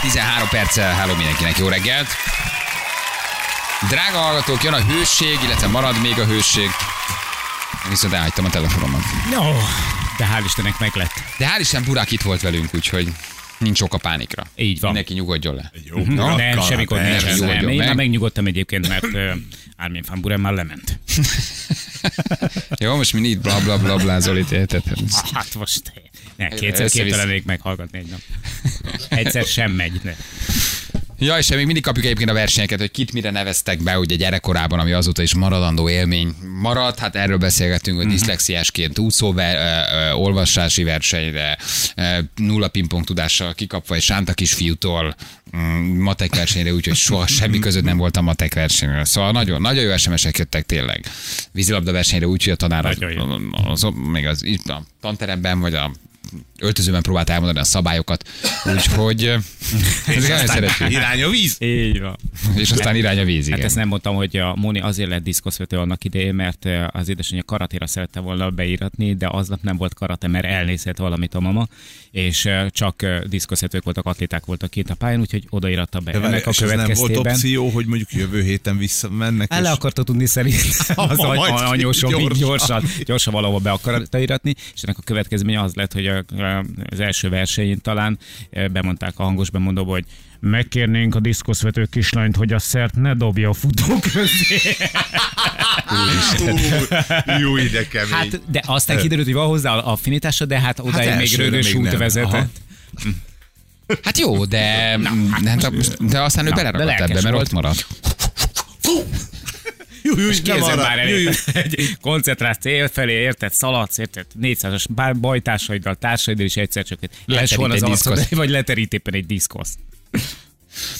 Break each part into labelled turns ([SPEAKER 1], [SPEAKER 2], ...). [SPEAKER 1] 13 perccel, háló mindenkinek, jó reggelt! Drága hallgatók, jön a hőség, illetve marad még a hőség. Én Viszont elhagytam a telefonomat.
[SPEAKER 2] No, de hál' Istennek meg lett.
[SPEAKER 1] De hál' Isten, Burak itt volt velünk, úgyhogy nincs ok a pánikra.
[SPEAKER 2] Így van.
[SPEAKER 1] Mindenki nyugodjon le.
[SPEAKER 3] Jó, no,
[SPEAKER 2] nem, semmikor nincs
[SPEAKER 1] persze,
[SPEAKER 2] ez
[SPEAKER 1] nyugodjon
[SPEAKER 2] nem. Én
[SPEAKER 1] meg.
[SPEAKER 2] már megnyugodtam egyébként, mert ö, Armin van Buren már lement.
[SPEAKER 1] Jó, most mi itt bla bla bla blázol itt, érted?
[SPEAKER 2] Hát most ne, kétszer
[SPEAKER 1] Össze-vissza.
[SPEAKER 2] képtelenék meghallgatni egy nap. Egyszer sem megy. Ne.
[SPEAKER 1] Ja, és még mindig kapjuk egyébként a versenyeket, hogy kit mire neveztek be, ugye gyerekkorában, ami azóta is maradandó élmény marad. Hát erről beszélgetünk, hogy diszlexiásként úszó ver, ö, ö, olvasási versenyre, ö, nulla pingpong tudással kikapva egy sánta kisfiútól mm, matek versenyre, úgyhogy soha semmi között nem volt a matek versenyre. Szóval nagyon, nagyon jó SMS-ek jöttek tényleg. Vízilabda versenyre úgy, hogy a tanár az,
[SPEAKER 2] Nagyon
[SPEAKER 1] az, még az, itt a tanteremben, vagy a öltözőben próbált elmondani a szabályokat, úgyhogy ezeket nagyon szeretjük.
[SPEAKER 3] Irány a víz.
[SPEAKER 2] Így van.
[SPEAKER 1] És aztán irány a víz,
[SPEAKER 2] Hát
[SPEAKER 1] igen.
[SPEAKER 2] ezt nem mondtam, hogy a Móni azért lett diszkoszvető annak idején, mert ö, az édesanyja karatéra szerette volna beíratni, de aznap nem volt karate, mert elnézett valamit a mama, és ö, csak ö, diszkoszvetők voltak, atléták voltak kint a pályán, úgyhogy odaíratta be. Ennek a
[SPEAKER 3] és ez nem volt
[SPEAKER 2] következtében... Hát
[SPEAKER 3] opció, hogy mondjuk jövő héten visszamennek.
[SPEAKER 2] El akarta tudni szerintem az
[SPEAKER 3] Ma
[SPEAKER 2] any-
[SPEAKER 3] majd
[SPEAKER 2] anyósom, így
[SPEAKER 3] gyorsan.
[SPEAKER 2] gyorsan, gyorsan valahova be akarta iratni, és ennek a következménye az lett, hogy a- a- az első versenyén talán eh, bemondták a hangos bemondóba, hogy megkérnénk a diszkoszvető kislányt, hogy a szert ne dobja a futó közé.
[SPEAKER 3] Ú, Jó ide kemény. Hát,
[SPEAKER 2] Hát, de aztán kiderült, hogy van hozzá a affinitása, de hát odáig hát még
[SPEAKER 3] elsőre
[SPEAKER 2] rögös
[SPEAKER 3] még
[SPEAKER 2] út
[SPEAKER 3] nem. Aha.
[SPEAKER 2] vezetett.
[SPEAKER 1] Hát jó, de, de, hát most- de aztán ő beleragadt
[SPEAKER 2] lelkes
[SPEAKER 1] ebbe, mert
[SPEAKER 2] volt.
[SPEAKER 1] ott maradt.
[SPEAKER 3] jú, jú, nem
[SPEAKER 2] Kézzel
[SPEAKER 3] arra.
[SPEAKER 2] már
[SPEAKER 3] Jú, jú.
[SPEAKER 2] elég. Egy koncentrált cél felé, érted, szaladsz, érted, 400-as bár bajtársaiddal, társaiddal is egyszer csak
[SPEAKER 1] Leterít
[SPEAKER 2] leterít
[SPEAKER 1] egy
[SPEAKER 2] az arcod,
[SPEAKER 1] diszkoszt.
[SPEAKER 2] vagy leterít éppen egy diszkoszt.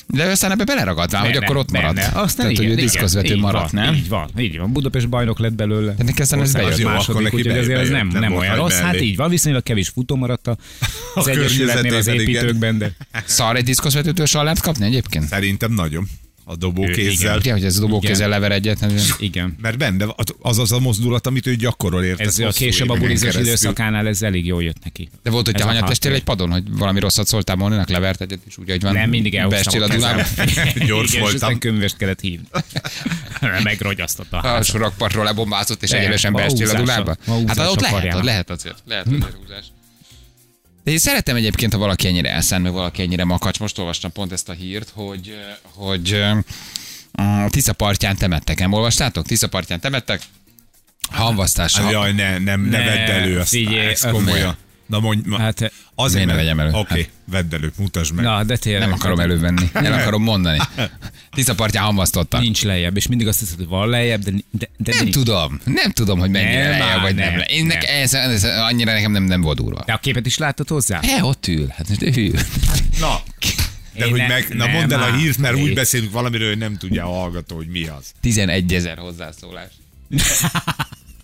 [SPEAKER 1] De aztán ebbe beleragadt, már, hogy
[SPEAKER 2] Ne,
[SPEAKER 1] akkor
[SPEAKER 2] ne,
[SPEAKER 1] ott
[SPEAKER 2] ne,
[SPEAKER 1] maradt.
[SPEAKER 2] ne. Aztán
[SPEAKER 1] Tehát, hogy
[SPEAKER 2] igen,
[SPEAKER 1] ő
[SPEAKER 2] igen,
[SPEAKER 1] diszkozvető
[SPEAKER 2] így
[SPEAKER 1] maradt,
[SPEAKER 2] van,
[SPEAKER 1] nem?
[SPEAKER 2] Így van, így van. Hát Budapest bajnok lett belőle.
[SPEAKER 1] Ennek aztán ez
[SPEAKER 2] Országos
[SPEAKER 1] bejött.
[SPEAKER 3] jó, akkor
[SPEAKER 2] második,
[SPEAKER 3] neki
[SPEAKER 2] úgyhogy azért ez
[SPEAKER 3] bejött,
[SPEAKER 2] nem,
[SPEAKER 3] nem
[SPEAKER 2] nem
[SPEAKER 3] volt
[SPEAKER 2] olyan
[SPEAKER 3] nagy
[SPEAKER 2] rossz. Hát
[SPEAKER 3] mellé.
[SPEAKER 2] így van, viszonylag kevés futó maradt a, az
[SPEAKER 3] A
[SPEAKER 2] Egyesületnél az
[SPEAKER 3] környezetében, igen.
[SPEAKER 2] építőkben, de
[SPEAKER 1] Szar egy diszkozvetőtől soha lehet kapni egyébként?
[SPEAKER 3] Szerintem nagyon. A dobó
[SPEAKER 2] Ő,
[SPEAKER 3] kézzel.
[SPEAKER 1] Ugye, hogy ez dobó
[SPEAKER 2] Igen.
[SPEAKER 1] kézzel hát lever egyet. nem-
[SPEAKER 2] igen.
[SPEAKER 3] Mert benne van az az a mozdulat, amit ő gyakorol érte.
[SPEAKER 2] Ez a később a bulizós időszakánál ez elég jól jött neki.
[SPEAKER 1] De volt, hogy
[SPEAKER 2] Ez
[SPEAKER 1] te
[SPEAKER 2] a
[SPEAKER 1] hanyatestél
[SPEAKER 2] háttér.
[SPEAKER 1] egy padon, hogy valami rosszat szóltál Móninak, levert egyet, és úgy, hogy van.
[SPEAKER 2] Nem mindig elhoztam
[SPEAKER 1] beestél a Dunába.
[SPEAKER 3] Gyors
[SPEAKER 2] Igen, és aztán
[SPEAKER 3] voltam.
[SPEAKER 2] könyvest kellett hívni. Megrogyasztott a
[SPEAKER 1] A sorakpartról lebombázott, és
[SPEAKER 2] Nem,
[SPEAKER 1] egyenesen
[SPEAKER 2] ma
[SPEAKER 1] beestél a
[SPEAKER 2] húzás a-
[SPEAKER 1] Dunába.
[SPEAKER 2] ma húzás
[SPEAKER 1] Hát ott
[SPEAKER 2] a
[SPEAKER 1] lehet,
[SPEAKER 2] karjának. Hm?
[SPEAKER 1] ott lehet azért. Lehet azért húzás. De én szeretem egyébként, ha valaki ennyire elszánt, meg valaki ennyire makacs. Most olvastam pont ezt a hírt, hogy, hogy mm, Tisza partján temettek. Nem olvastátok? Tisza partján temettek. Hamvasztás.
[SPEAKER 3] Hát, Jaj, ne, nem, ne,
[SPEAKER 2] Ne,
[SPEAKER 3] vedd elő azt.
[SPEAKER 2] figyelj, öh,
[SPEAKER 3] ez komolyan. Na mondj, ma-
[SPEAKER 2] Hát,
[SPEAKER 3] azért
[SPEAKER 1] miért ne vegyem elő?
[SPEAKER 3] Oké, okay,
[SPEAKER 1] Hát.
[SPEAKER 3] vedd elő, mutasd meg.
[SPEAKER 2] Na, de tényleg.
[SPEAKER 1] Nem akarom elővenni. El akarom mondani. Tisza partján hamvasztottak.
[SPEAKER 2] Nincs lejjebb, és mindig azt hiszed, hogy van lejjebb, de, de, de
[SPEAKER 1] Nem
[SPEAKER 2] nincs.
[SPEAKER 1] tudom. Nem tudom, hogy mennyire
[SPEAKER 2] Nem,
[SPEAKER 1] lejjebb,
[SPEAKER 2] á,
[SPEAKER 1] vagy nem.
[SPEAKER 2] nem,
[SPEAKER 1] le. Én nekem, ez, ez, annyira nekem nem, nem volt durva.
[SPEAKER 2] De a képet is láttad hozzá?
[SPEAKER 1] E, ott ül. Hát most ő ül.
[SPEAKER 3] Na, de
[SPEAKER 2] Én
[SPEAKER 3] hogy
[SPEAKER 2] ne-
[SPEAKER 3] meg, na
[SPEAKER 2] nem
[SPEAKER 3] mondd el a
[SPEAKER 2] áll.
[SPEAKER 3] hírt, mert úgy
[SPEAKER 2] Én-
[SPEAKER 3] beszélünk valamiről, hogy nem tudja a hallgató, hogy mi az.
[SPEAKER 1] 11 ezer hozzászólás.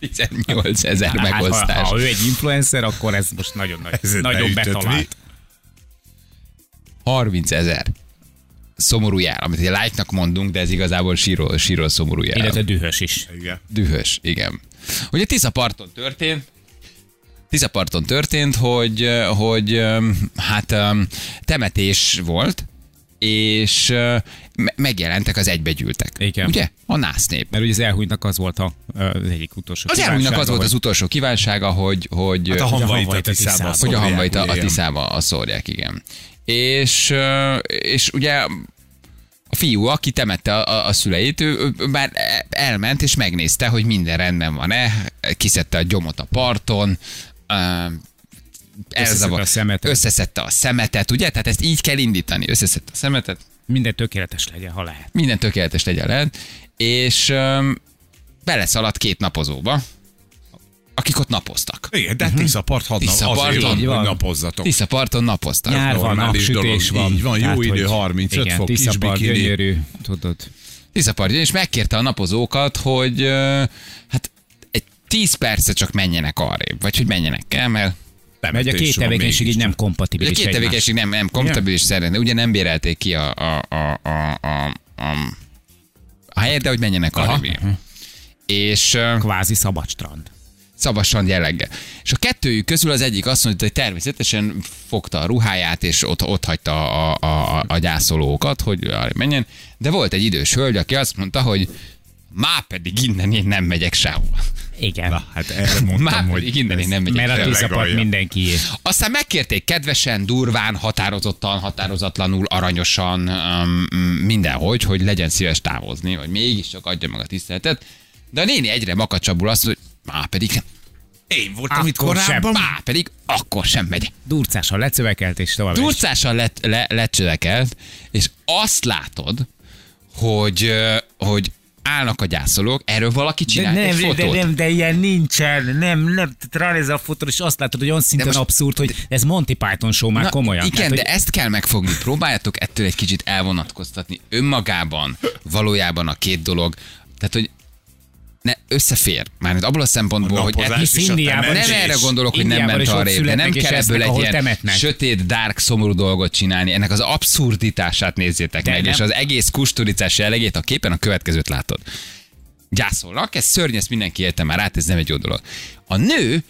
[SPEAKER 1] 18 ezer
[SPEAKER 2] Hát,
[SPEAKER 1] megosztás.
[SPEAKER 2] Ha, ha ő egy influencer, akkor ez most nagyon nagy,
[SPEAKER 3] Ez
[SPEAKER 2] nagyon
[SPEAKER 3] beütött,
[SPEAKER 2] betalált.
[SPEAKER 1] 30 ezer szomorú jár, amit egy like-nak mondunk, de ez igazából síró, síró szomorú jár.
[SPEAKER 2] Illetve dühös is.
[SPEAKER 3] Igen.
[SPEAKER 1] Dühös, igen. Ugye Tisza parton történt, Tisza parton történt, hogy, hogy öm, hát öm, temetés volt, és ö, me- megjelentek az egybegyűltek.
[SPEAKER 2] Igen.
[SPEAKER 1] Ugye? A nász nép.
[SPEAKER 2] Mert ugye az elhújnak az volt a, az egyik utolsó
[SPEAKER 1] Az elmúlnak az volt az utolsó kívánsága, hogy, hogy
[SPEAKER 3] Hát a hamvait a
[SPEAKER 2] hamvait a
[SPEAKER 3] tiszába.
[SPEAKER 2] tiszába.
[SPEAKER 1] hogy a
[SPEAKER 3] szórják,
[SPEAKER 1] hamvait a, a
[SPEAKER 3] ugye, Hát ilyen.
[SPEAKER 1] tiszába a szórják, igen. És, ö, és ugye a fiú, aki temette a, a, a szüleit, ő, ő, ő már elment és megnézte, hogy minden rendben van-e, kiszedte a gyomot a parton, ö, elzavar-
[SPEAKER 2] a szemetet.
[SPEAKER 1] összeszedte a szemetet, ugye? Tehát ezt így kell indítani, összeszedte a szemetet,
[SPEAKER 2] Minden tökéletes legyen, ha lehet.
[SPEAKER 1] minden tökéletes legyen lehet, és öm, beleszaladt két napozóba, akik ott napoztak.
[SPEAKER 3] Igen, de hát Tisza part hadna,
[SPEAKER 1] Tisza
[SPEAKER 3] azért
[SPEAKER 1] parton.
[SPEAKER 3] van,
[SPEAKER 2] Így van.
[SPEAKER 3] hogy napozzatok.
[SPEAKER 1] Tisza parton napoztak.
[SPEAKER 2] Nyár van,
[SPEAKER 3] normális
[SPEAKER 2] napsütés
[SPEAKER 3] dolog.
[SPEAKER 2] van.
[SPEAKER 3] Így van, jó idő, 35
[SPEAKER 2] igen,
[SPEAKER 3] fok, kis
[SPEAKER 2] tiszapart,
[SPEAKER 3] bikini.
[SPEAKER 2] gyönyörű, tudod.
[SPEAKER 1] Tiszapartján, és megkérte a napozókat, hogy ö, hát egy 10 percet csak menjenek arrébb, vagy hogy menjenek el, mert
[SPEAKER 2] Mert a két
[SPEAKER 3] Temetés van
[SPEAKER 2] tevékenység így
[SPEAKER 3] mégis.
[SPEAKER 2] nem
[SPEAKER 1] ugye
[SPEAKER 2] kompatibilis
[SPEAKER 1] két tevékenység nem, nem kompatibilis szerint, ugye nem bérelték ki a, a, a, a, a, a, a helyet, de hogy menjenek arrébb. Aha. És ö,
[SPEAKER 2] Kvázi szabad strand.
[SPEAKER 1] szavasan jelleggel. És a kettőjük közül az egyik azt mondta, hogy természetesen fogta a ruháját, és ott, ott hagyta a, a, a, a gyászolókat, hogy arra menjen. De volt egy idős hölgy, aki azt mondta, hogy már pedig innen én nem megyek sehova.
[SPEAKER 2] Igen.
[SPEAKER 3] Na, hát erre mondtam,
[SPEAKER 1] Már
[SPEAKER 3] hogy
[SPEAKER 1] pedig innen én nem megyek
[SPEAKER 2] Mert a
[SPEAKER 1] sehova.
[SPEAKER 2] tűzapart
[SPEAKER 3] legalja.
[SPEAKER 2] mindenki
[SPEAKER 1] Aztán megkérték kedvesen, durván, határozottan, határozatlanul, aranyosan, um, mindenhogy, hogy legyen szíves távozni, vagy mégiscsak adja meg a tiszteletet. De a néni egyre makacsabbul azt, hogy már pedig nem.
[SPEAKER 3] Én voltam
[SPEAKER 2] Akkor
[SPEAKER 3] itt korábban.
[SPEAKER 1] Már pedig akkor sem megyek.
[SPEAKER 2] durcással lecövekelt, és tovább. is.
[SPEAKER 1] Durcással let, le, lecsödekelt, és azt látod, hogy, ö, hogy állnak a gyászolók, erről valaki
[SPEAKER 2] de
[SPEAKER 1] csinált egy
[SPEAKER 2] nem,
[SPEAKER 1] fotót.
[SPEAKER 2] de nem, de ilyen nincsen, nem, nem, tehát ránézel a fotóra, és azt látod, hogy olyan szinten
[SPEAKER 1] most-
[SPEAKER 2] most, abszurd, hogy ez Monty Python show már
[SPEAKER 1] Na,
[SPEAKER 2] komolyan.
[SPEAKER 1] Igen,
[SPEAKER 2] tehát,
[SPEAKER 1] de
[SPEAKER 2] hogy-
[SPEAKER 1] ezt kell megfogni. Próbáljátok ettől egy kicsit elvonatkoztatni önmagában, valójában a két dolog. Tehát, hogy ne, összefér. Mármint abból a szempontból, hogy
[SPEAKER 3] napozás
[SPEAKER 1] ez-
[SPEAKER 3] is a
[SPEAKER 2] Indiában
[SPEAKER 1] nem
[SPEAKER 3] temetés.
[SPEAKER 1] erre gondolok, hogy nem
[SPEAKER 2] Indiában
[SPEAKER 1] ment
[SPEAKER 2] is ott
[SPEAKER 1] arra de nem
[SPEAKER 2] születnek és
[SPEAKER 1] kell
[SPEAKER 2] esznek,
[SPEAKER 1] ebből egy
[SPEAKER 2] ahol
[SPEAKER 1] ilyen
[SPEAKER 2] temetnek.
[SPEAKER 1] sötét, dark, szomorú dolgot csinálni. Ennek az abszurditását nézzétek
[SPEAKER 2] De
[SPEAKER 1] meg,
[SPEAKER 2] nem.
[SPEAKER 1] és az egész kusturicás jellegét a képen a következőt látod. Gyászolnak, ez szörny, ezt mindenki élte már át, ez nem egy jó dolog. A nő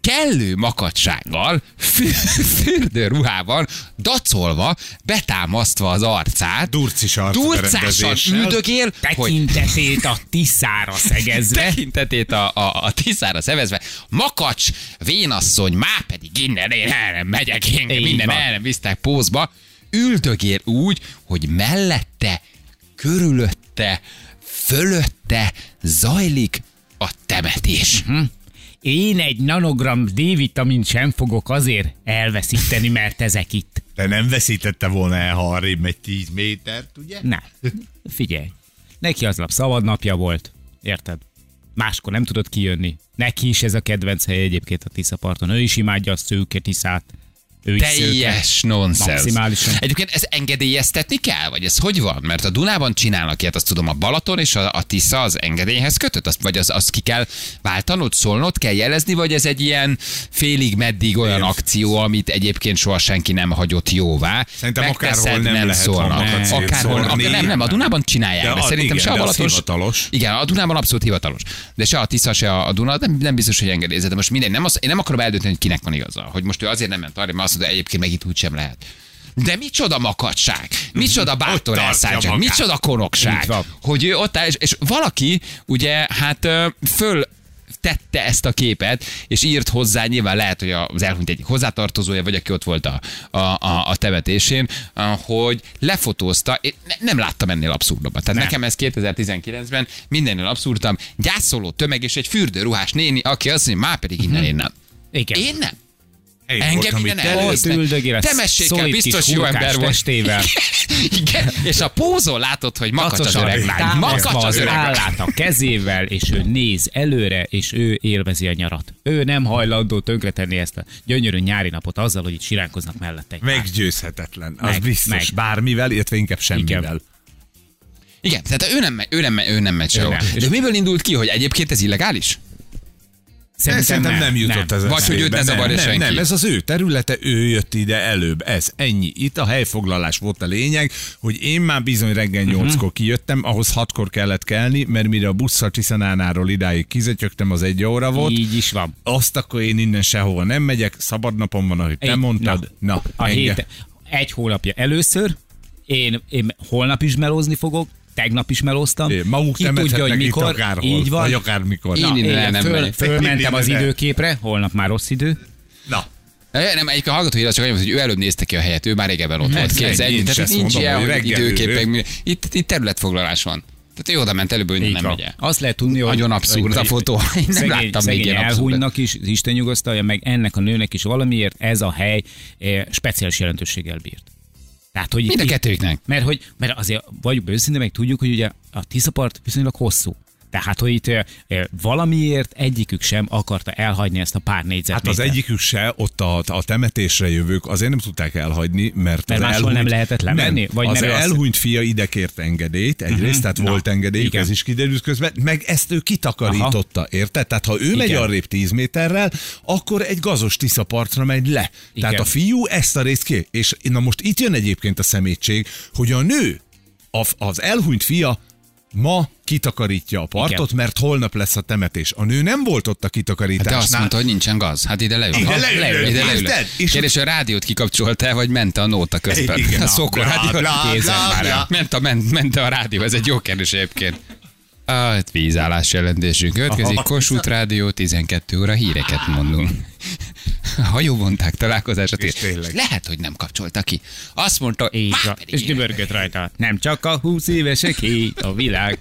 [SPEAKER 1] kellő makadsággal, fü- fürdőruhában, dacolva, betámasztva az arcát,
[SPEAKER 3] Durcis arc
[SPEAKER 1] durcással
[SPEAKER 3] berendezéssel.
[SPEAKER 1] üldögél, hogy
[SPEAKER 2] tekintetét a tiszára szegezve.
[SPEAKER 1] tekintetét a, a, a tiszára szevezve. Makacs, vénasszony, már pedig innen én el nem megyek, engem
[SPEAKER 2] Így
[SPEAKER 1] minden
[SPEAKER 2] van.
[SPEAKER 1] el nem visztek pózba. Üldögél úgy, hogy mellette, körülötte, fölötte zajlik a temetés.
[SPEAKER 2] Én egy nanogram D-vitamin sem fogok azért elveszíteni, mert ezek itt.
[SPEAKER 3] De nem veszítette volna el, ha arrébb megy 10 métert, ugye?
[SPEAKER 2] Na, figyelj. Neki aznap szabad napja volt. Érted? Máskor nem tudott kijönni. Neki is ez a kedvenc hely egyébként a Tiszaparton. Ő is imádja a szőke Tiszát. Ő is szőke.
[SPEAKER 1] Teljes nonsens.
[SPEAKER 2] Maximálisan.
[SPEAKER 1] Egyébként ez engedélyeztetni kell, vagy ez hogy van? Mert a Dunában csinálnak ilyet, azt tudom, a Balaton és a, a Tisza az engedélyhez kötött, azt, vagy az, azt ki kell váltanod, szólnod, kell jelezni, vagy ez egy ilyen félig meddig olyan
[SPEAKER 3] Igen.
[SPEAKER 1] akció, amit egyébként soha senki nem hagyott jóvá.
[SPEAKER 3] Szerintem
[SPEAKER 1] Megteszed,
[SPEAKER 3] akárhol nem lehet hangokat
[SPEAKER 1] szólnak. Akárhol,
[SPEAKER 3] szétszórni.
[SPEAKER 1] akár, nem, nem, a Dunában csinálják.
[SPEAKER 3] De
[SPEAKER 1] mert
[SPEAKER 3] az-
[SPEAKER 1] szerintem
[SPEAKER 3] igen,
[SPEAKER 1] se a
[SPEAKER 3] de az
[SPEAKER 1] Balaton.
[SPEAKER 3] hivatalos.
[SPEAKER 1] Igen, a Dunában abszolút hivatalos. De se a Tisza, se a a Duna, nem, nem biztos, hogy engedélyezett. De most mindegy, nem azt, én nem akarom eldönteni, hogy kinek van igaza. Hogy most ő azért nem ment arra, mert azt mondta, egyébként meg itt úgy sem lehet. De micsoda makadság, micsoda bátor
[SPEAKER 3] tartja
[SPEAKER 1] elszántság,
[SPEAKER 3] magát.
[SPEAKER 1] micsoda konokság,
[SPEAKER 2] Így van.
[SPEAKER 1] hogy ő ott áll, és, és valaki ugye hát ö, föl tette ezt a képet, és írt hozzá, nyilván lehet, hogy az elhunyt egyik hozzátartozója, vagy aki ott volt a, a, a, a temetésén, ö, hogy lefotózta, én ne- nem láttam ennél abszurdabbat. Tehát nem. nekem ez 2019-ben mindennél abszurdam, gyászoló tömeg és egy fürdőruhás néni, aki azt mondja, már pedig
[SPEAKER 2] Mhm.
[SPEAKER 1] innen én nem.
[SPEAKER 2] Igen.
[SPEAKER 1] Én nem.
[SPEAKER 3] Én
[SPEAKER 1] Engem
[SPEAKER 3] voltam
[SPEAKER 1] innen
[SPEAKER 3] itt előtt.
[SPEAKER 1] elnéztek.
[SPEAKER 2] Ott üldögél a
[SPEAKER 1] Temessék el,
[SPEAKER 2] szolid kis
[SPEAKER 1] biztos jó
[SPEAKER 2] hurkás
[SPEAKER 1] ember volt.
[SPEAKER 2] testével.
[SPEAKER 1] Igen, és a pózol látod, hogy makacs az
[SPEAKER 2] Kacosan
[SPEAKER 1] öreg lány.
[SPEAKER 2] támasztva
[SPEAKER 1] Makacs az
[SPEAKER 2] az
[SPEAKER 1] öreg lány.
[SPEAKER 2] állát a kezével, és ő néz előre, és ő élvezi a nyarat. Ő nem hajlandó tönkretenni ezt a gyönyörű nyári napot azzal, hogy itt siránkoznak mellette. egy pár.
[SPEAKER 3] Meggyőzhetetlen, az
[SPEAKER 2] Meg,
[SPEAKER 3] biztos.
[SPEAKER 2] meg.
[SPEAKER 3] Bármivel, illetve inkább semmivel.
[SPEAKER 1] Igen, tehát ő nem, me- ő nem, me- ő nem megy sehova.
[SPEAKER 2] nem.
[SPEAKER 1] De miből indult ki, hogy egyébként ez illegális?
[SPEAKER 3] Szerintem nem jutott ez
[SPEAKER 1] Vagy hogy őt ne
[SPEAKER 3] eszébe.
[SPEAKER 1] zavarja
[SPEAKER 3] nem,
[SPEAKER 1] senki.
[SPEAKER 3] Nem, ez az ő területe, ő jött ide előbb. Ez ennyi. Itt a helyfoglalás volt a lényeg, hogy én már bizony reggel nyolckor kijöttem, ahhoz hatkor kellett kelni, mert mire a busszal Csiszanánáról idáig kizetyögtem, az egy óra volt.
[SPEAKER 2] Így is van.
[SPEAKER 3] Azt akkor én innen sehova nem megyek, szabad napom van, ahogy te
[SPEAKER 2] Egy-
[SPEAKER 3] mondtad. Na,
[SPEAKER 2] a
[SPEAKER 3] engem-
[SPEAKER 2] hét, egy hónapja először, én, én holnap is melózni fogok, tegnap is melóztam.
[SPEAKER 3] É, Maguk
[SPEAKER 2] Ki tudja, hogy
[SPEAKER 3] temethetnek itt
[SPEAKER 2] mikor,
[SPEAKER 3] akárhol,
[SPEAKER 2] így van.
[SPEAKER 3] vagy akármikor.
[SPEAKER 1] Én
[SPEAKER 3] Na,
[SPEAKER 1] innen el nem
[SPEAKER 2] föl,
[SPEAKER 1] megyek.
[SPEAKER 2] fölmentem az
[SPEAKER 3] Én innen-
[SPEAKER 2] időképre, holnap már rossz idő.
[SPEAKER 3] na.
[SPEAKER 1] Ö, Nem, egyik a hallgató írja csak annyit, hogy ő előbb nézte ki a helyet, ő már régebben ott volt.
[SPEAKER 3] Persze,
[SPEAKER 1] Kész,
[SPEAKER 3] én
[SPEAKER 1] ennyi.
[SPEAKER 3] is
[SPEAKER 1] Tehát
[SPEAKER 3] ezt
[SPEAKER 1] itt nincs
[SPEAKER 3] mondom,
[SPEAKER 1] ilyen,
[SPEAKER 3] hogy
[SPEAKER 1] hogy
[SPEAKER 3] reggel
[SPEAKER 1] időképek.
[SPEAKER 3] ő-
[SPEAKER 1] mi- Itt, itt területfoglalás van. Tehát ő oda ment előbb, hogy
[SPEAKER 2] Így
[SPEAKER 1] nem
[SPEAKER 2] van.
[SPEAKER 1] megy el.
[SPEAKER 2] Azt lehet tudni, hogy...
[SPEAKER 1] Nagyon abszurd a
[SPEAKER 2] hogy-
[SPEAKER 1] fotó. Én nem
[SPEAKER 2] szegény,
[SPEAKER 1] láttam még
[SPEAKER 2] szegény
[SPEAKER 1] ilyen abszurdat.
[SPEAKER 2] elhunynak is, az Isten nyugasztalja, meg ennek a nőnek is valamiért ez a hely eh, speciális jelentőséggel bírt. Tehát, hogy
[SPEAKER 1] Mind a
[SPEAKER 2] itt-
[SPEAKER 1] kettőjüknek.
[SPEAKER 2] Mert, hogy, mert azért vagyunk őszinte, meg tudjuk, hogy ugye a Tiszapart viszonylag hosszú. Tehát, hogy itt eh, eh, valamiért egyikük sem akarta elhagyni ezt a pár négyzetmétert.
[SPEAKER 3] Hát az egyikük se, ott a, a temetésre jövők, azért nem tudták elhagyni, mert,
[SPEAKER 2] Mert
[SPEAKER 3] az
[SPEAKER 2] máshol
[SPEAKER 3] elhunyt,
[SPEAKER 2] nem lehetett lemenni?
[SPEAKER 3] Nem,
[SPEAKER 2] Vagy
[SPEAKER 3] az
[SPEAKER 2] nem ő azt- Mhm.
[SPEAKER 3] elhunyt fia ide kért engedélyt egyrészt, uh-huh. tehát
[SPEAKER 2] Na,
[SPEAKER 3] volt engedélyük,
[SPEAKER 2] igen.
[SPEAKER 3] ez is kiderült közben, meg ezt ő kitakarította, Aha. érted? Tehát ha ő igen. megy
[SPEAKER 2] Igen.
[SPEAKER 3] arrébb 10 méterrel, akkor egy gazos tiszapartra megy le. Igen. Tehát
[SPEAKER 2] Igen.
[SPEAKER 3] a fiú ezt a részt ki. És na most itt jön egyébként a szemétség, hogy a nő, a, az elhunyt fia ma kitakarítja a partot, Igen. mert holnap lesz a temetés. A nő nem
[SPEAKER 2] Hát
[SPEAKER 3] volt ott a
[SPEAKER 1] Hát De azt
[SPEAKER 3] kitakarításnál.
[SPEAKER 1] mondta, hogy nincsen gaz. Hát ide leül.
[SPEAKER 3] Ide
[SPEAKER 1] Ha,
[SPEAKER 3] leülök,
[SPEAKER 1] ide
[SPEAKER 3] érted?
[SPEAKER 1] leül.
[SPEAKER 3] És-
[SPEAKER 1] Kérdés, hogy a rádiót kikapcsolta, vagy ment a nóta közben?
[SPEAKER 3] Igen,
[SPEAKER 1] a szokor
[SPEAKER 3] bla,
[SPEAKER 1] rádió
[SPEAKER 3] bla,
[SPEAKER 1] kézen
[SPEAKER 3] bla,
[SPEAKER 1] már.
[SPEAKER 3] bla.
[SPEAKER 1] el. Ment a, ment, ment a rádió, ez egy jó kérdés egyébként. A hát vízállás jelentésünk következik.
[SPEAKER 3] Aha.
[SPEAKER 1] Kossuth Rádió, 12 óra híreket mondunk. A hajóvonták találkozását.
[SPEAKER 3] És
[SPEAKER 1] És
[SPEAKER 3] tényleg.
[SPEAKER 1] Lehet, hogy nem kapcsolta ki. Azt mondta,
[SPEAKER 2] Így
[SPEAKER 1] "Már
[SPEAKER 2] van.
[SPEAKER 1] pedig
[SPEAKER 2] És dübörgött rajta. Nem csak a 20 éveseké a világ.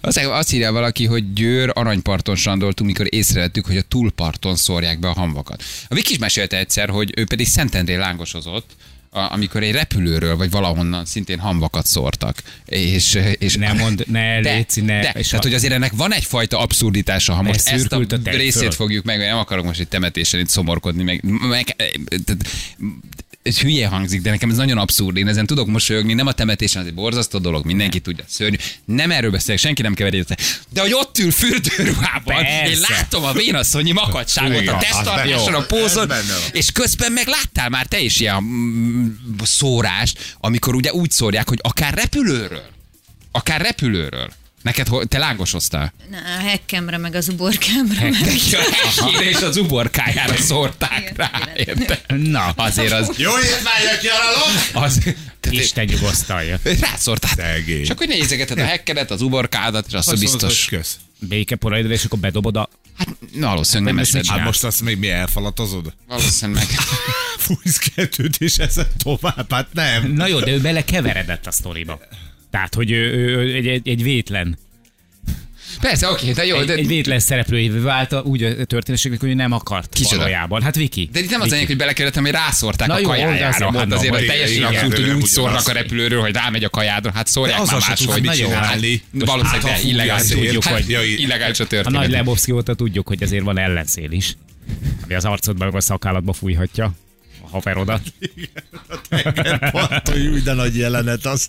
[SPEAKER 1] Azt, azt írja valaki, hogy Győr aranyparton sandoltunk, mikor észrevettük, hogy a túlparton szórják be a hamvakat. A Viki is mesélte egyszer, hogy ő pedig Szentendré lángosozott, a- amikor egy repülőről, vagy valahonnan szintén hamvakat szórtak. És, és
[SPEAKER 2] Ne mondd, ne,
[SPEAKER 1] de,
[SPEAKER 2] Léci, ne.
[SPEAKER 1] De,
[SPEAKER 2] És
[SPEAKER 1] tehát,
[SPEAKER 2] a-
[SPEAKER 1] hogy azért ennek van egyfajta abszurditása, ha most ezt a
[SPEAKER 2] szürkült a tej
[SPEAKER 1] részét
[SPEAKER 2] föl.
[SPEAKER 1] fogjuk meg, mert nem akarok most itt temetésen itt szomorkodni, meg, meg tehát, ez hülye hangzik, de nekem ez nagyon abszurd. Én ezen tudok mosolyogni, nem a temetésen, az egy borzasztó dolog, mindenki tudja, szörnyű. Nem erről beszélek, senki nem keveri össze. De hogy ott ül fürdőruhában, én
[SPEAKER 2] Persze.
[SPEAKER 1] látom a vénasszonyi makadságot,
[SPEAKER 3] Igen,
[SPEAKER 1] a
[SPEAKER 3] az
[SPEAKER 1] tesztartáson,
[SPEAKER 3] benne
[SPEAKER 1] a
[SPEAKER 3] van. Ez
[SPEAKER 1] pózon,
[SPEAKER 3] benne van.
[SPEAKER 1] és közben meg láttál már te is ilyen mm, szórást, amikor ugye úgy szórják, hogy akár repülőről, akár repülőről. Neked hol- te lángosoztál?
[SPEAKER 4] Na, a hekkemre, meg az uborkámra. meg-
[SPEAKER 1] Neki a hegyére és az uborkájára szórták
[SPEAKER 4] Igen,
[SPEAKER 1] rá,
[SPEAKER 4] igen.
[SPEAKER 1] érted?
[SPEAKER 2] Na,
[SPEAKER 1] Azért az...
[SPEAKER 3] Jó étvágyat, nyaralok!
[SPEAKER 1] az
[SPEAKER 2] Isten nyugosztalja.
[SPEAKER 1] Rászortál.
[SPEAKER 3] Szegény.
[SPEAKER 1] És akkor nézegeted a hekkedet, az uborkádat, és azt mondod, biztos.
[SPEAKER 3] Kösz.
[SPEAKER 2] Béke poraidra, és akkor bedobod a...
[SPEAKER 1] Hát na, valószínűleg nem
[SPEAKER 2] most
[SPEAKER 1] eszed.
[SPEAKER 2] mit csinál?
[SPEAKER 1] Hát,
[SPEAKER 3] Hát most azt még mi elfalatozod?
[SPEAKER 1] Valószínűleg meg.
[SPEAKER 3] Fújsz kettőt és ezen tovább, hát nem.
[SPEAKER 2] Na jó, de ő belekeveredett a sztoriba. Tehát, hogy ő, ő, ő egy, egy, egy vétlen,
[SPEAKER 1] Persze, oké, de jó,
[SPEAKER 2] egy,
[SPEAKER 1] de...
[SPEAKER 2] egy vétlen szereplőjévé vált a, úgy a történeseknek, hogy ő nem akart
[SPEAKER 1] Kicsoda?
[SPEAKER 2] valójában. Hát Viki.
[SPEAKER 1] De itt nem az
[SPEAKER 2] Viki.
[SPEAKER 1] lényeg, hogy belekerültem, hogy rászórták
[SPEAKER 2] Na
[SPEAKER 1] a
[SPEAKER 2] jó,
[SPEAKER 1] kajájára.
[SPEAKER 2] azért
[SPEAKER 1] hát
[SPEAKER 2] mondom,
[SPEAKER 1] azért
[SPEAKER 2] hogy
[SPEAKER 1] hogy teljesen
[SPEAKER 3] igen,
[SPEAKER 1] abszurd, hogy
[SPEAKER 3] igen,
[SPEAKER 1] úgy
[SPEAKER 3] ugyanaz.
[SPEAKER 1] szórnak a repülőről, hogy rámegy a kajádra. Hát szórják
[SPEAKER 3] Azzal
[SPEAKER 1] már
[SPEAKER 3] se
[SPEAKER 1] máshol.
[SPEAKER 3] tudsz mit csinálni.
[SPEAKER 1] Hát, valószínűleg
[SPEAKER 3] Hát,
[SPEAKER 1] ne,
[SPEAKER 3] ha fújják,
[SPEAKER 1] illegális.
[SPEAKER 3] tudjuk,
[SPEAKER 1] hát,
[SPEAKER 3] hogy- ja, i-
[SPEAKER 1] illegális a
[SPEAKER 2] A nagy
[SPEAKER 1] történet.
[SPEAKER 2] Lebowski óta tudjuk, hogy azért van ellenszél is. Ami az arcodba, meg a szakállatba fújhatja a haverodat.
[SPEAKER 3] Attól új, de nagy jelenet az.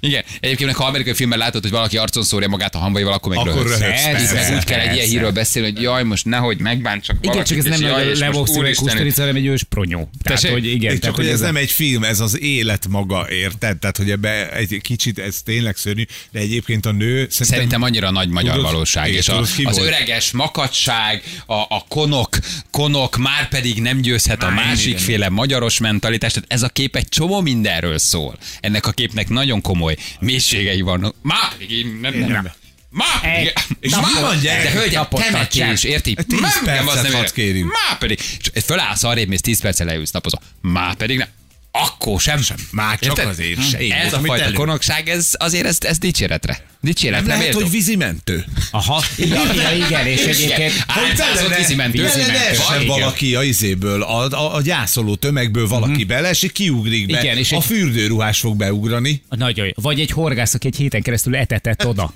[SPEAKER 1] Igen. Egyébként, ha amerikai filmben látod, hogy valaki arcon szórja magát a hamvaival, akkor meg
[SPEAKER 3] Akkor
[SPEAKER 1] röhögsz.
[SPEAKER 3] röhögsz,
[SPEAKER 1] Itt
[SPEAKER 3] persze,
[SPEAKER 1] meg úgy kell egy ilyen
[SPEAKER 2] persze.
[SPEAKER 1] hírről beszélni, hogy jaj, most nehogy megbántsak
[SPEAKER 2] Igen,
[SPEAKER 1] valakit,
[SPEAKER 2] csak ez
[SPEAKER 1] és
[SPEAKER 2] nem
[SPEAKER 1] jaj,
[SPEAKER 2] nagy
[SPEAKER 1] és most
[SPEAKER 2] Lebowski meg
[SPEAKER 1] úristen,
[SPEAKER 2] kustarica, hanem egy ős pronyó. Tehát,
[SPEAKER 1] Tessék?
[SPEAKER 2] hogy igen.
[SPEAKER 3] Én csak,
[SPEAKER 2] Tehát,
[SPEAKER 3] hogy ez
[SPEAKER 2] a-
[SPEAKER 3] nem egy film, ez az élet maga, érted? Tehát, hogy ebbe egy kicsit, ez tényleg szörnyű, de egyébként a nő szerintem...
[SPEAKER 1] Szerintem annyira nagy magyar
[SPEAKER 3] Tudod-
[SPEAKER 1] valóság,
[SPEAKER 3] Igen,
[SPEAKER 1] és a,
[SPEAKER 3] tudod, ki
[SPEAKER 1] az
[SPEAKER 3] volt?
[SPEAKER 1] öreges makadság, a, a konok, konok már pedig nem győzhet a másik féle magyaros mentalitás, tehát ez a kép egy csomó mindenről szól. Ennek a képnek nagyon komoly mélységei vannak. Már pedig én nem, nem, nem. Ma!
[SPEAKER 2] Egy
[SPEAKER 1] És
[SPEAKER 3] napot-
[SPEAKER 1] ma! De
[SPEAKER 3] egy
[SPEAKER 1] hölgyem,
[SPEAKER 2] napot
[SPEAKER 1] temetjén
[SPEAKER 2] adják.
[SPEAKER 1] is, érti?
[SPEAKER 3] Tíz
[SPEAKER 1] Nem, nem,
[SPEAKER 3] percet
[SPEAKER 1] az nem
[SPEAKER 3] hadd
[SPEAKER 1] ér.
[SPEAKER 3] kérjünk.
[SPEAKER 1] Má pedig. És fölállsz arrébb, mész 10 perccel leülsz napozol. Má pedig nem. Akkor sem. sem.
[SPEAKER 3] Már csak azért se ér,
[SPEAKER 1] Ez a
[SPEAKER 3] amit
[SPEAKER 1] fajta
[SPEAKER 3] elő-
[SPEAKER 1] konokság, ez, azért ez, ez dicséretre. Dicséret,
[SPEAKER 3] nem
[SPEAKER 1] nem,
[SPEAKER 3] lehet,
[SPEAKER 1] értem.
[SPEAKER 3] hogy vízimentő.
[SPEAKER 2] Aha, igen, igen, igen, Hát- és egyébként...
[SPEAKER 1] Hányszázott vízimentő?
[SPEAKER 3] Bele ne essen valaki a izéből, a, a, a gyászoló tömegből valaki mm-hmm. beleesik, kiugrik be.
[SPEAKER 2] Igen, és
[SPEAKER 3] a
[SPEAKER 2] egy-
[SPEAKER 3] fürdőruhás fog beugrani.
[SPEAKER 2] Nagyon jó. Vagy egy horgász, aki egy héten keresztül etetett oda.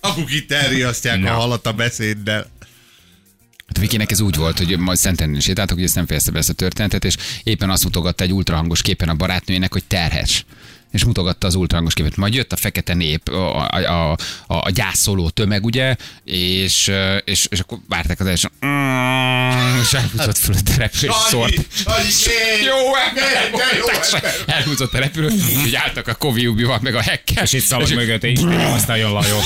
[SPEAKER 3] Akuk itt elriasztják a halat a beszéddel.
[SPEAKER 1] Hát Vikinek ez úgy volt, hogy majd Szentendrén sétáltak, hogy ezt nem fejezte be ezt a történetet, és éppen azt mutogatta egy ultrahangos képen a barátnőjének, hogy terhes. És mutogatta az ultrahangos képet. Majd jött a fekete nép, a, a, a, a gyászoló tömeg, ugye, és, ö, és, és akkor várták az első. Mm, és elhúzott föl a repülő, és szórt. Jó ember! voltak, Elhúzott a repülő, így álltak a koviubival, meg a hekkel.
[SPEAKER 2] Hát- És itt szavak mögött, így aztán jön Lajos.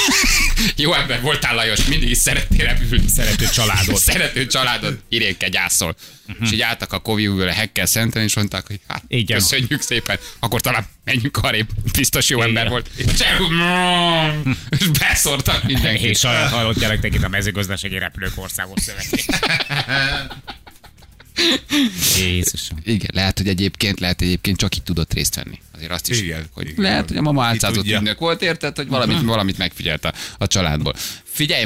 [SPEAKER 1] Jó ember voltál, Lajos, mindig is szerettél repülni.
[SPEAKER 2] Szerető családot. Mhm.
[SPEAKER 1] Szerető családod, irénke gyászol. Uh-huh. És így álltak a Kovivőre hekkel szenten, és mondták, hogy hát Igen.
[SPEAKER 2] Igen.
[SPEAKER 1] köszönjük szépen, akkor talán menjünk arrébb, biztos jó Igen. ember
[SPEAKER 2] Igen.
[SPEAKER 1] volt. Cseh- És beszórtak mindenkit.
[SPEAKER 2] És saját halott gyereknek itt a mezőgazdasági repülők országos szövetség. Jézusom.
[SPEAKER 1] Igen, lehet, hogy egyébként, lehet egyébként csak itt tudott részt venni. Azért azt is,
[SPEAKER 3] Igen,
[SPEAKER 1] hogy
[SPEAKER 3] igen.
[SPEAKER 1] lehet, hogy a mama álcázott
[SPEAKER 3] tudja. Mhm.
[SPEAKER 1] ügynök volt, érted, hogy valamit, valamit megfigyelt a, a családból. Figyelj,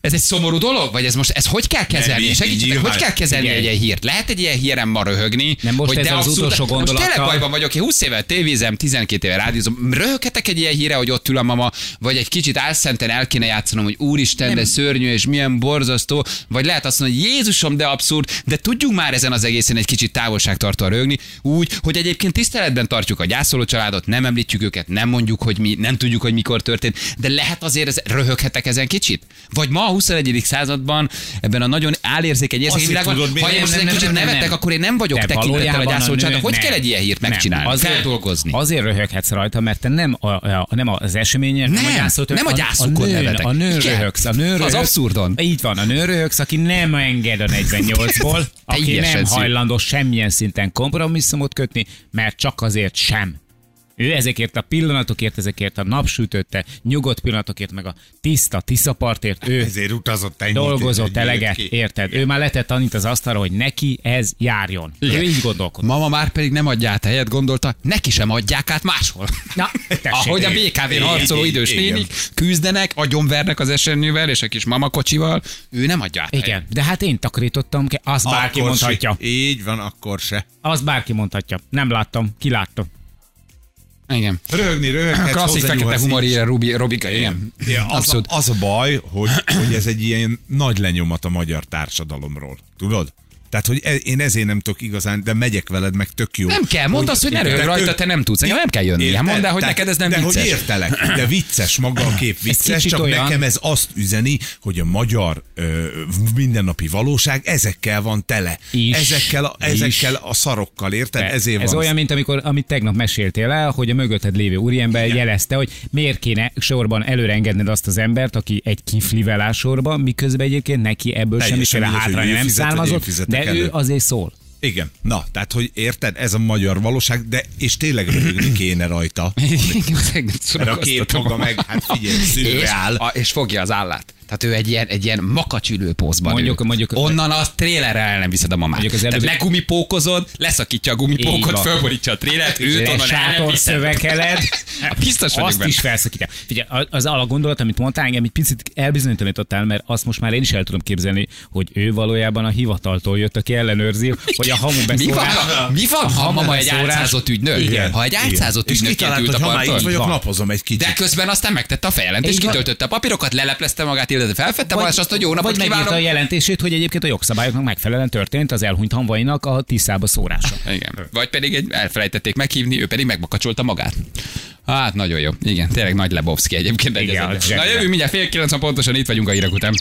[SPEAKER 1] ez egy szomorú dolog, vagy ez most, ez hogy kell kezelni?
[SPEAKER 3] így-
[SPEAKER 1] Segítsetek,
[SPEAKER 3] nyilván.
[SPEAKER 1] hogy kell kezelni
[SPEAKER 2] Figyelj.
[SPEAKER 1] egy ilyen hírt? Lehet egy ilyen hírem ma röhögni?
[SPEAKER 2] Nem, most
[SPEAKER 1] hogy
[SPEAKER 2] ez
[SPEAKER 1] de
[SPEAKER 2] az
[SPEAKER 1] abszolút-
[SPEAKER 2] utolsó
[SPEAKER 1] Most tényleg
[SPEAKER 2] gondolattal.
[SPEAKER 1] bajban vagyok, én 20 éve tévézem, 12 éve rádiózom. Röhöghetek egy ilyen híre, hogy ott ül a mama, vagy egy kicsit álszenten el kéne játszanom, hogy úristen, de szörnyű, és milyen borzasztó, vagy lehet azt mondani, hogy Jézusom, de abszurd, de tudjunk már ezen az egészen egy kicsit távolságtartóan röhögni, úgy, hogy egyébként tiszteletben tartjuk a gyászoló családot, nem említjük őket, nem mondjuk, hogy mi, nem tudjuk, hogy mikor történt, de lehet azért ez, röhöghetek ezen kicsit? Vagy ma a 21. században ebben a nagyon álérzékeny, érzékeny
[SPEAKER 3] Azt
[SPEAKER 1] világban,
[SPEAKER 3] tudod, mi-
[SPEAKER 1] ha én
[SPEAKER 3] nem,
[SPEAKER 1] most
[SPEAKER 3] nem,
[SPEAKER 1] egy
[SPEAKER 3] nem,
[SPEAKER 1] kicsit
[SPEAKER 2] nem, nem.
[SPEAKER 1] nevettek, akkor én nem vagyok
[SPEAKER 2] De
[SPEAKER 1] tekintettel a
[SPEAKER 2] valójában
[SPEAKER 1] gyászoltságnak.
[SPEAKER 2] nő-
[SPEAKER 1] Hogy
[SPEAKER 2] nem.
[SPEAKER 1] kell egy ilyen hírt
[SPEAKER 2] Nem.
[SPEAKER 1] megcsinálni? Kell dolgozni.
[SPEAKER 2] Azért röhöghetsz rajta, mert te nem, a, a, nem az eseményen,
[SPEAKER 1] Nem,
[SPEAKER 2] a gyászot,
[SPEAKER 1] nem a gyászukon
[SPEAKER 2] a, nőn,
[SPEAKER 1] nevetek.
[SPEAKER 2] a nő
[SPEAKER 1] Igen.
[SPEAKER 2] röhögsz, a nő röhögsz.
[SPEAKER 1] abszurdon.
[SPEAKER 2] Így van, a nő röhögsz, aki nem enged a 48-ból, aki
[SPEAKER 1] Teljesen
[SPEAKER 2] nem
[SPEAKER 1] szű.
[SPEAKER 2] hajlandó semmilyen szinten kompromisszumot kötni, mert csak azért sem. Ő ezekért a pillanatokért, ezekért a napsütötte, nyugodt pillanatokért, meg a tiszta tiszapartért, ő
[SPEAKER 3] Ezért utazott ennyit.
[SPEAKER 2] dolgozott
[SPEAKER 3] hogy jött
[SPEAKER 2] eleget,
[SPEAKER 3] ki.
[SPEAKER 2] érted? Ő már letett annyit az asztalra, hogy neki ez járjon. Ő így gondolkodik.
[SPEAKER 1] Mama már pedig nem adja át helyet, gondolta, neki sem adják át máshol.
[SPEAKER 2] Na, tessék.
[SPEAKER 1] Ahogy a BKV-n harcoló
[SPEAKER 3] igen,
[SPEAKER 1] idős
[SPEAKER 3] igen.
[SPEAKER 1] nénik küzdenek, agyonvernek az esernyővel és a kis mamakocsival, ő nem adja át helyet.
[SPEAKER 2] Igen, de hát én takarítottam, ke- azt bárki
[SPEAKER 3] Akkor
[SPEAKER 2] mondhatja.
[SPEAKER 3] se. Így van, akkor se.
[SPEAKER 2] Azt bárki mondhatja. Nem láttam, ki láttam.
[SPEAKER 1] Igen.
[SPEAKER 3] Röhögni, röhöghetsz,
[SPEAKER 1] Klasszik
[SPEAKER 3] hozzányúlhatsz
[SPEAKER 1] fekete
[SPEAKER 3] így.
[SPEAKER 1] humor, ilyen Rubi, Robika, igen.
[SPEAKER 3] Hát Ja, az, a,
[SPEAKER 1] Abszolút.
[SPEAKER 3] az a baj, hogy, hogy ez egy ilyen nagy lenyomat a magyar társadalomról. Tudod? Tehát, hogy e, én ezért nem tudok igazán, de megyek veled, meg tök jó.
[SPEAKER 1] Nem kell, mondd azt, hogy ne röhögj
[SPEAKER 3] De
[SPEAKER 1] rajta,
[SPEAKER 3] tök-
[SPEAKER 1] te nem tudsz. Engem nem kell jönni. Hát mondd el, hogy
[SPEAKER 3] Tehát-
[SPEAKER 1] neked ez nem
[SPEAKER 3] de
[SPEAKER 1] vicces.
[SPEAKER 3] hogy értelek, de vicces maga a kép vicces,
[SPEAKER 2] kicsit
[SPEAKER 3] csak
[SPEAKER 2] olyan-
[SPEAKER 3] nekem ez azt üzeni, hogy a magyar ö, mindennapi valóság ezekkel van tele.
[SPEAKER 2] Is.
[SPEAKER 3] ezekkel, a, ezekkel
[SPEAKER 2] Is.
[SPEAKER 3] a szarokkal, érted?
[SPEAKER 2] Be-
[SPEAKER 3] Ezért
[SPEAKER 2] Ez
[SPEAKER 3] van.
[SPEAKER 2] olyan, mint amikor, amit tegnap meséltél el, hogy a mögötted lévő úriember jelezte, hogy miért kéne sorban előre engedned azt az embert, aki egy kiflivel áll sorba, miközben egyébként neki ebből
[SPEAKER 3] Teljesen
[SPEAKER 2] semmiféle
[SPEAKER 3] mindegy, hogy
[SPEAKER 2] hátránya
[SPEAKER 3] ő
[SPEAKER 2] nem
[SPEAKER 3] fizet, vagy én
[SPEAKER 2] származott,
[SPEAKER 3] fizetek
[SPEAKER 2] de ő
[SPEAKER 3] elő.
[SPEAKER 2] azért szól.
[SPEAKER 3] Igen. Na, tehát, hogy érted, ez a magyar valóság, de és tényleg röhögni kéne rajta. Mert Hát a kép maga meg, hát figyelj, szűrre
[SPEAKER 1] és,
[SPEAKER 3] áll.
[SPEAKER 1] a, és fogja az állát. Tehát ő egy ilyen, egy ilyen makacsülő pózban
[SPEAKER 2] Mondjuk-
[SPEAKER 1] ül.
[SPEAKER 2] mondjuk-
[SPEAKER 1] Onnan a trélerre el nem viszed a mamát.
[SPEAKER 2] Mondjuk az
[SPEAKER 1] Mondjuk az
[SPEAKER 2] előbbi-
[SPEAKER 1] Tehát legumipókozod, leszakítja a
[SPEAKER 2] Így
[SPEAKER 1] gumipókot,
[SPEAKER 2] van.
[SPEAKER 1] fölborítja a trélert, őt onnan el nem
[SPEAKER 2] sátor
[SPEAKER 1] viszed.
[SPEAKER 2] szövekeled.
[SPEAKER 1] Biztos vagyok
[SPEAKER 2] Azt
[SPEAKER 1] benne.
[SPEAKER 2] is felszakítja. Figyelj, az alapgondolat, amit mondtál, engem egy picit elbizonyítani mert azt most már én is el tudom képzelni, hogy ő valójában a hivataltól jött, aki ellenőrzi, hogy a hamu
[SPEAKER 1] Mi van,
[SPEAKER 2] beszórás...
[SPEAKER 1] mi van, ha
[SPEAKER 2] hamar
[SPEAKER 1] mama egy
[SPEAKER 2] beszórás-
[SPEAKER 1] átszázott ügynök?
[SPEAKER 2] Igen.
[SPEAKER 1] Ha egy átszázott
[SPEAKER 3] És
[SPEAKER 1] ügynökként
[SPEAKER 3] kitalált,
[SPEAKER 1] ült
[SPEAKER 3] hogy
[SPEAKER 1] a
[SPEAKER 3] ha már itt
[SPEAKER 1] parton.
[SPEAKER 3] vagyok,
[SPEAKER 2] Van.
[SPEAKER 3] napozom egy kicsit.
[SPEAKER 1] De közben aztán megtette a feljelentést,
[SPEAKER 2] Így van.
[SPEAKER 1] kitöltötte a papírokat, leleplezte magát, illetve felfedte vagy, és azt, hogy jó napot
[SPEAKER 2] vagy megírta a
[SPEAKER 1] kívánok.
[SPEAKER 2] jelentését, hogy egyébként a jogszabályoknak megfelelően történt az elhunyt hamvainak a tiszába szórása.
[SPEAKER 1] Igen. Vagy pedig egy, elfelejtették meghívni, ő pedig megmakacsolta magát. Hát nagyon jó. Igen, tényleg nagy Lebowski egyébként. egy
[SPEAKER 2] Igen,
[SPEAKER 1] az egyben.
[SPEAKER 2] zseniális.
[SPEAKER 1] Na jövő mindjárt fél kilenc, ha pontosan itt vagyunk a hírek után.